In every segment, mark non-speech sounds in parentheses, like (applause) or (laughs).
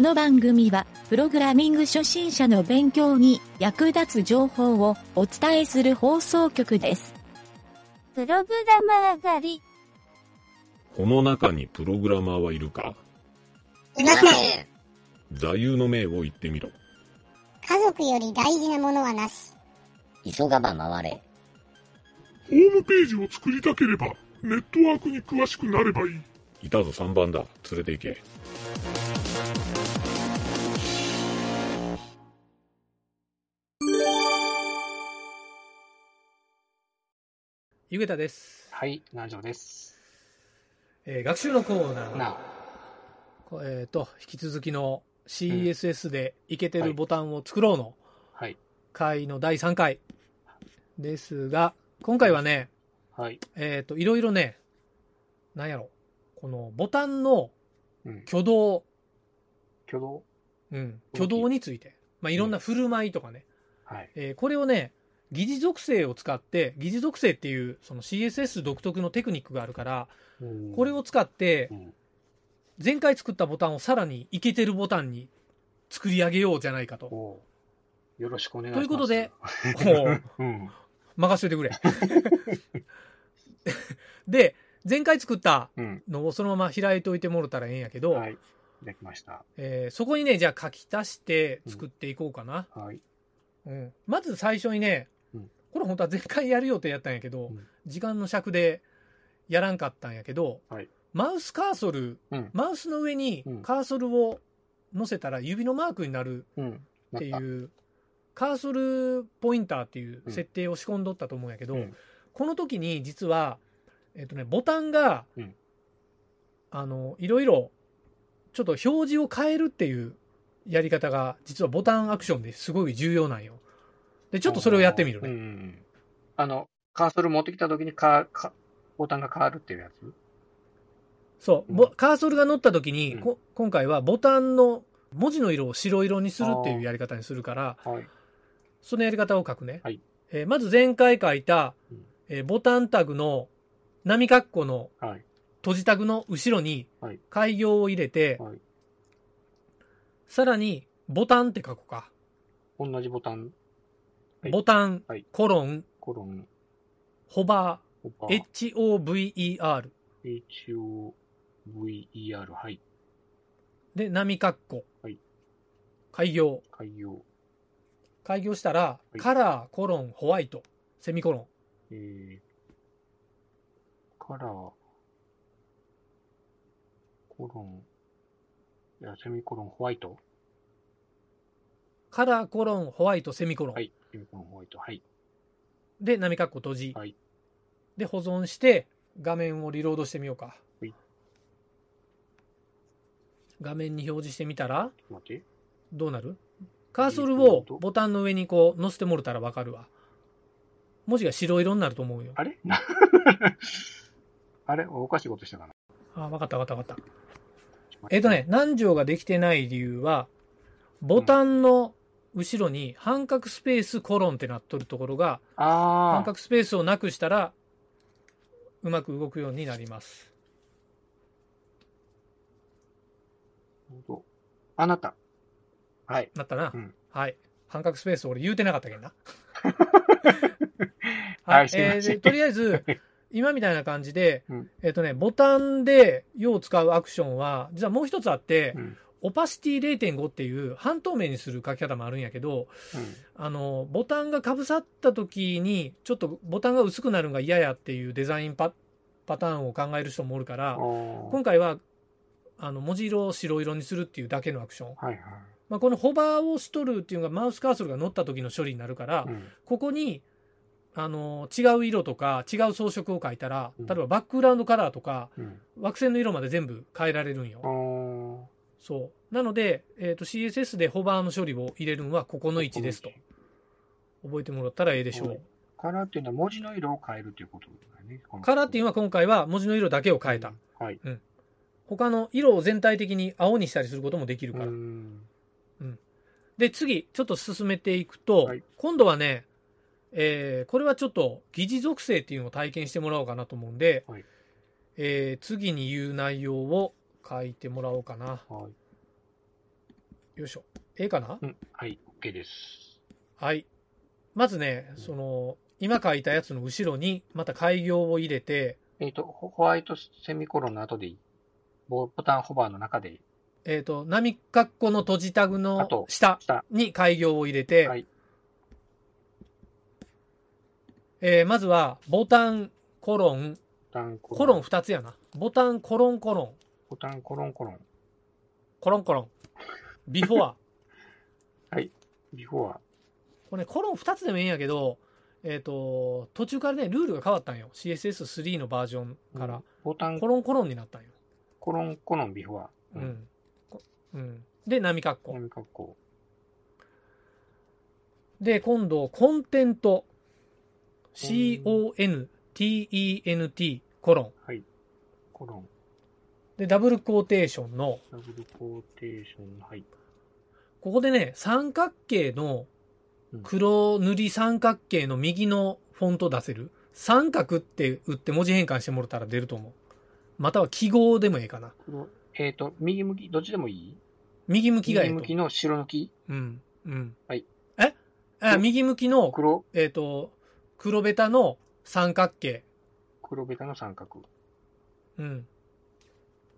の番組は、プログラミング初心者の勉強に役立つ情報をお伝えする放送局です。プログラマー狩り。この中にプログラマーはいるかいません。座右の銘を言ってみろ。家族より大事なものはなし。急がば回れ。ホームページを作りたければ、ネットワークに詳しくなればいい。いたぞ3番だ。連れて行け。ゆげたです、はい、南條です。えー学習のコーナー。なこえっ、と、引き続きの CSS でイケてるボタンを作ろうのはい。回の第3回ですが、今回はね、はい。えっ、と、いろいろね、なんやろ、このボタンのうん。挙動、挙動うん、き挙動について、まあ、いろんな振る舞いとかね、はい。えーこれをね、疑似属性を使って、疑似属性っていうその CSS 独特のテクニックがあるから、これを使ってう、ん、前回作ったボタンをさらにイケてるボタンに作り上げようじゃないかと。こおうよろしくお願いしとます。いうことで、うう、うん。任せといてくれ。 (laughs) で、前回作ったうん。のをそのまま開いておいてもろたらええんやけど、はい。できました。えーそこにね、じゃあ書き足して作っていこうかな。はい。うんまず最初にね、うんこれ本当は前回やる予定やったんやけど、うん時間の尺でやらんかったんやけど、はいマウスカーソル、うんマウスの上にうんカーソルを乗せたら指のマークになるうん。っなてっいた。うカーソルポインターっていう設定を仕込んどったと思うんやけど、うんこの時に実は、えっとね、ボタンが、うんあのいろいろちょっと表示を変えるっていうやり方が実はボタンアクションですごい重要なんよ。でちょっとそれをやってみるうね。んうんうん。あの、カーソル持ってきたときにかか、ボタンが変わるっていうやつそう、うんぼカーソルが乗った時に、うんこ今回はボタンの文字の色を白色にするっていうやり方にするからはい。そのやり方を書くね、はいえーまず前回書いたうん、えーボタンタグの波括弧のはい。閉じタグの後ろにはい開業を入れて、はいさらにボタンって書こうか、同じボタン、はいボタン、はいコロンコロン、ホバオパー、HOVER HOVER、はい。で波括弧、はい開業開業、開業したら、いカラーコロンホワイトセミコロンえー、カラー、コロン、いや、セミコロンホワイトカラーコロンホワイトセミコロン、はい、セミコロンホワイト、はい。で波括弧閉じ、はいで保存して画面をリロードしてみようか、はい画面に表示してみたらちょっと待って。どうなるカーソルをボタンの上にこう乗せてもらったらわかるわ文字が白色になると思うよあれ (laughs) あれおかしいことしたかなあわかったわかったわかったえっ、とね。何条ができてない理由はボタンの後ろに半角スペースコロンってなっとるところが半ああ、角スペースをなくしたらうまく動くようになりますそうあなた。はい。なったな、うんはい半角スペース俺言うてなかったけんな (laughs) はいすいませんえーでとりあえ (laughs) ず今みたいな感じで、うんえっとね、ボタンでよう使うアクションは実はもう一つあって、うん。オパシティ0.5っていう半透明にする書き方もあるんやけどあのボタンがかぶさった時にちょっとボタンが薄くなるのが嫌やっていうデザインパパターンを考える人もおるから、うん。今回はあの文字色を白色にするっていうだけのアクション、あーはいはい。まあ、このホバーをしとるっていうのがマウスカーソルが乗った時の処理になるから、うん。ここにあの違う色とか違う装飾を書いたらうん例えばバックグラウンドカラーとかうん。惑星の色まで全部変えられるんあよ。ーそうなので、えー、と CSS でホバーの処理を入れるのはここの位置ですと覚えてもらったらええでしょ。はいうカラーっていうのは文字の色を変えるということだよね。カラーっていうのは今回は文字の色だけを変えた。た。はい。他の色を全体的に青にしたりすることもできるうから。ん。で、次、ちょっと進めていくと、はい今度はね、えーこれはちょっと疑似属性っていうのを体験してもらおうかなと思うんで、はいえー次に言う内容を書いてもらおうかな。はい。よいしょ。ええかなうん。はい、OK です。はい。まずね、その、今書いたやつの後ろに、また開業を入れて、えっ、と、ホホワイトセミコロンの後でいい。ボボタンホバーの中でいい。えっ、と、波括弧の閉じタグあのと下下に開業を入れて、はいえーまずは、ボタン、コロン、ボタンコロン。コロン2つやな。ボタン、コロン、コロン、ボタンコロンコロン。コロン、コロン。ビフォ (laughs) ア。ビフォア。これね、コロン2つでもいいんやけど、えっ、と、途中からね、ルールが変わったんよ。CSS3 のバージョンから。ボタンコロン、コロンになったんよ。コロンコロンビフォア。う。ん。こうん、で、波括弧。波括弧。で、今度、コンテント。C-O-N-T-E-N-T、コロン。コロン。で、ダブルクォーテーションの、ダブルコーテーション。はい。ここでね、三角形の、黒塗り三角形の右のフォント出せる。三角って打って文字変換してもらったら出ると思う。または記号でもええかな。黒えっ、と、右向き、どっちでもいい右向きがええ右と。向きの白抜き。うん。うん。はい。えあうん右向きの、黒、えっ、と、黒ベタの三角形。黒ベタの三角。うん。なる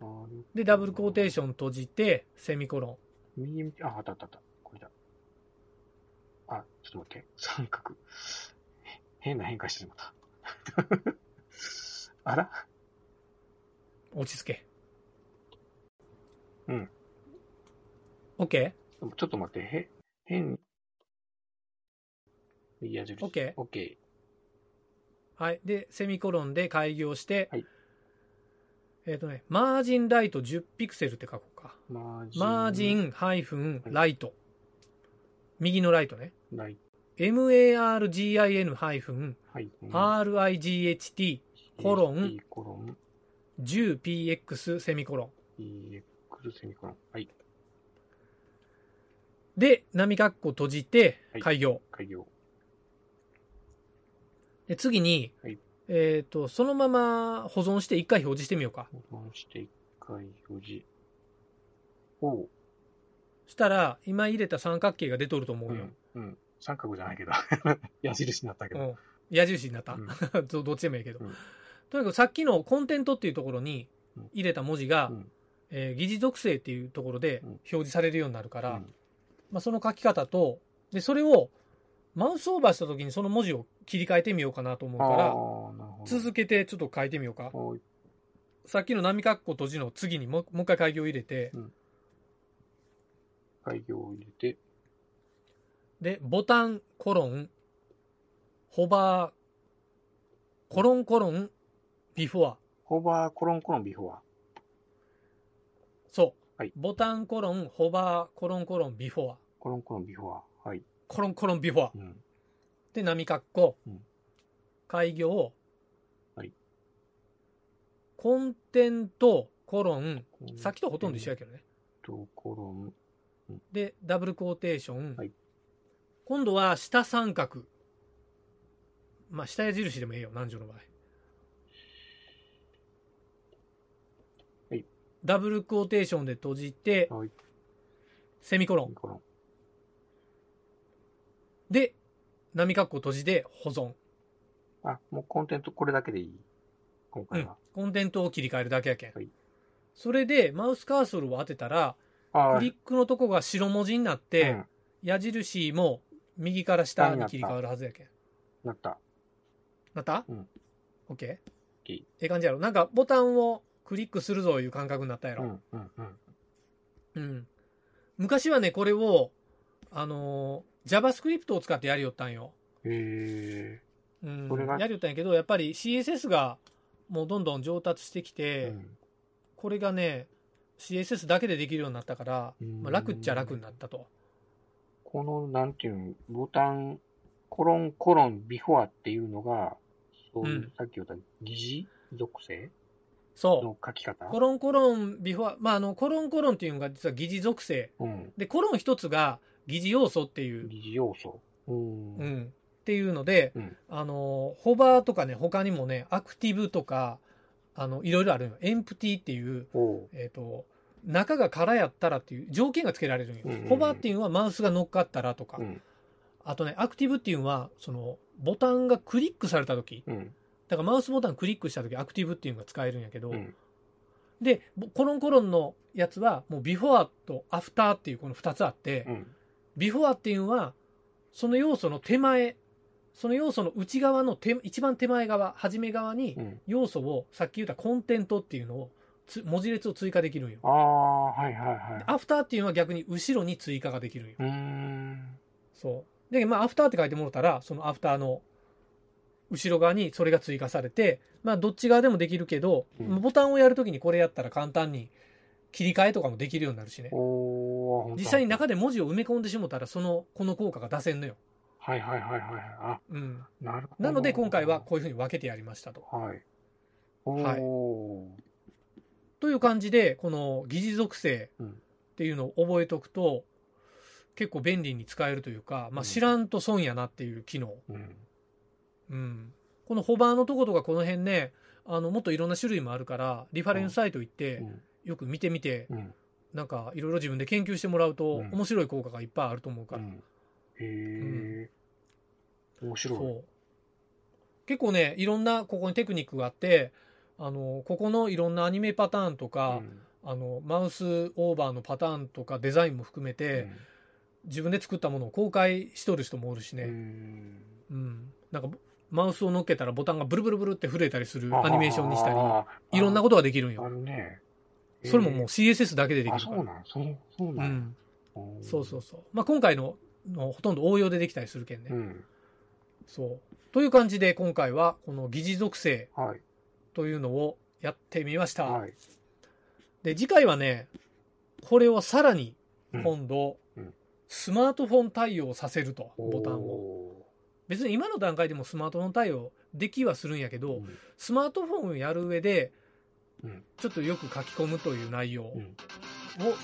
ほどで、ダブルクォーテーション閉じて、セミコロン。右向き、あ、あったあったあった。これだ。あ、ちょっと待って。三角。変な変化してしまった。 (laughs) あら落ち着け。うん。 OK? ちょっと待って。へ、変。右矢印。オッケーオッケはい。で、セミコロンで開業して、はいえっ、とね、マージンライト10ピクセルって書こうか。ー。マージン。マージンハイフンライト。右のライトね。ない。 margin ハイフンはい。 right コロン E コロン。 10px セミコロン。 EX セミコロン。はい。で、波括弧閉じてはい開業。開業。で、次に、はいえっ、と、そのまま保存して一回表示してみようか。保存して一回表示。おう。したら、今入れた三角形が出とると思ううよ。ん。うん。三角じゃないけど。 (laughs) 矢印になったけうど。ん。矢印になったう、ん (laughs) どどっちでもいいけど。うんとにかくさっきのコンテントっていうところにうん入れた文字が、うんえー疑似属性っていうところでうん表示されるようになるから、うんまあ、その書き方と、で、それをマウスオーバーした時にその文字を切り替えてみようかなと思うああー、なるから、ほど。続けてちょっと書いてみようか。はいさっきの波括弧閉じの次にもうもう一回開業入れて、開業を入れて、で、ボタン、コロン、ホバー、コロンコロン、ビフォア。ホバーコロンコロンビフォア。そう。はいボタン、コロン、ホバー、コロンコロン、ビフォア。コロンコロンビフォア。はい。コロンコロン、ビフォアう。ん。で、波括弧うん、開業、はいコンテント、コロン、さっきとほとんど一緒ややけどね。と、コロン、で、ダブルクォーテーション。はい今度は下三角。まあ、下矢印でもええよ、南條の場合。はいダブルクォーテーションで閉じて、はいセミコロン。コロン。で、波括弧閉じで保存。あ、もうコンテンツこれだけでいい。今う回んは。。コンテンツを切り替えるだけやけん。はいそれで、マウスカーソルを当てたら、ああクリックのとこが白文字になって、うん矢印も右から下に切り替わるはずやけん。なった。なったうん。オッケーケーええ感じやろ。なんかボタンをクリックするぞいう感覚になったやうろ。ん、うん、うん。うん。昔はね、これを、あのー JavaScript を使ってやりよったんよ。へうんこれが。やりよったんやけど、やっぱり CSS がもうどんどん上達してきえて、。これがね、CSS だけでできるようになったから、うんまあ、楽っちゃ楽になったと。、この、なんていうん、ボタン、コロンコロンビフォアっていうのが、そういううんさっき言った疑似属性その書き方う。コロンコロンビフォア、まあ、あの、コロンコロンっていうのが実は疑似属性。うん。で、コロン一つが疑似要素っていう疑似要素。うん。うん、っていうので、うんあのホバーとかね他にもねアクティブとかあのいろいろあるのエンプティっていう、おうえー、と中が空やったらっていう条件がつけられるんよ。うんうんうんホバーっていうのはマウスが乗っかったらとか、うんあとね、アクティブっていうのは、その、ボタンがクリックされた時うんだからマウスボタンクリックした時アクティブっていうのが使えるんやけど、うんで、ぼコロンコロンのやつは、もうビフォアとアフターっていうこの2つあって、うんビフォアっていうのは、その要素の手前、その要素の内側の手一番手前側、初め側にうん要素を、さっき言ったコンテントっていうのをつ、文字列を追加できるんよ。ああはいはいはいアフターっていうのは逆に後ろに追加ができるんよ。うーんそう。で、まあ、アフターって書いてもらったら、そのアフターの後ろ側にそれが追加されて、まあ、どっち側でもできるけど、うんボタンをやるときにこれやったら簡単に切り替えとかもできるようになるしね。おーほんとだ実際に中で文字を埋め込んでしもたら、その、この効果が出せんのよ。はいはいはいはいはいあうん。なるほどなので、今回はこういうふうに分けてやりましたと。はいはいおーという感じで、この疑似属性っていうのを覚えとくと、結構便利に使えるというか、まあ、知らんと損やなっていう機能。うんうん、このホバーのとことかこの辺ねあのもっといろんな種類もあるからリファレンスサイト行って、うんよく見てみてうんなんかいろいろ自分で研究してもらうと、うん面白い効果がいっぱいあると思うから、うんへえ、面白い。そう結構ねいろんなここにテクニックがあってあのここのいろんなアニメパターンとうか、んあのマウスオーバーのパターンとかデザインも含めて、自分で作ったものを公開しとる人もおるしうね、んうんなんかマウスを乗っけたらボタンがブルブルブルって震えたりするアニメーションにしたりいろんなこととができるんよあ。るね。それももうう CSS だけでできあ、るかそら。うなん、そう、そううなん。ん。そうそうそう。まあ、今回ののほとんど応用でできたりするけんね。うん。そう。という感じで今回はこの疑似属性はい。というのをやってみました。はい。で、次回はね、これをさらに今度、うんうんスマートフォン対応させると、ボタンを。を。別に今の段階でもスマートフォン対応できはするんやけど、うんスマートフォンをやる上でうん、ちょっとよく書き込むという内容をうん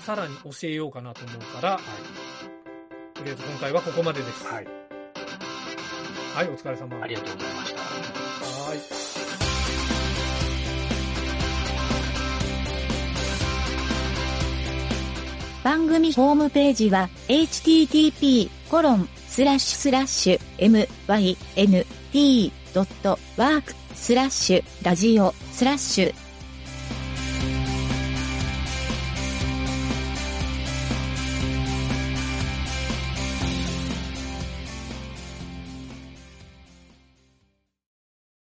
さらに教えようかなと思うから、はとりあえず今回はここまでです。い。はい。はい、お疲れ様。ありがとうございました。はい。番組ホームページは http://myn.t.work スラッシュラジオスラッシュ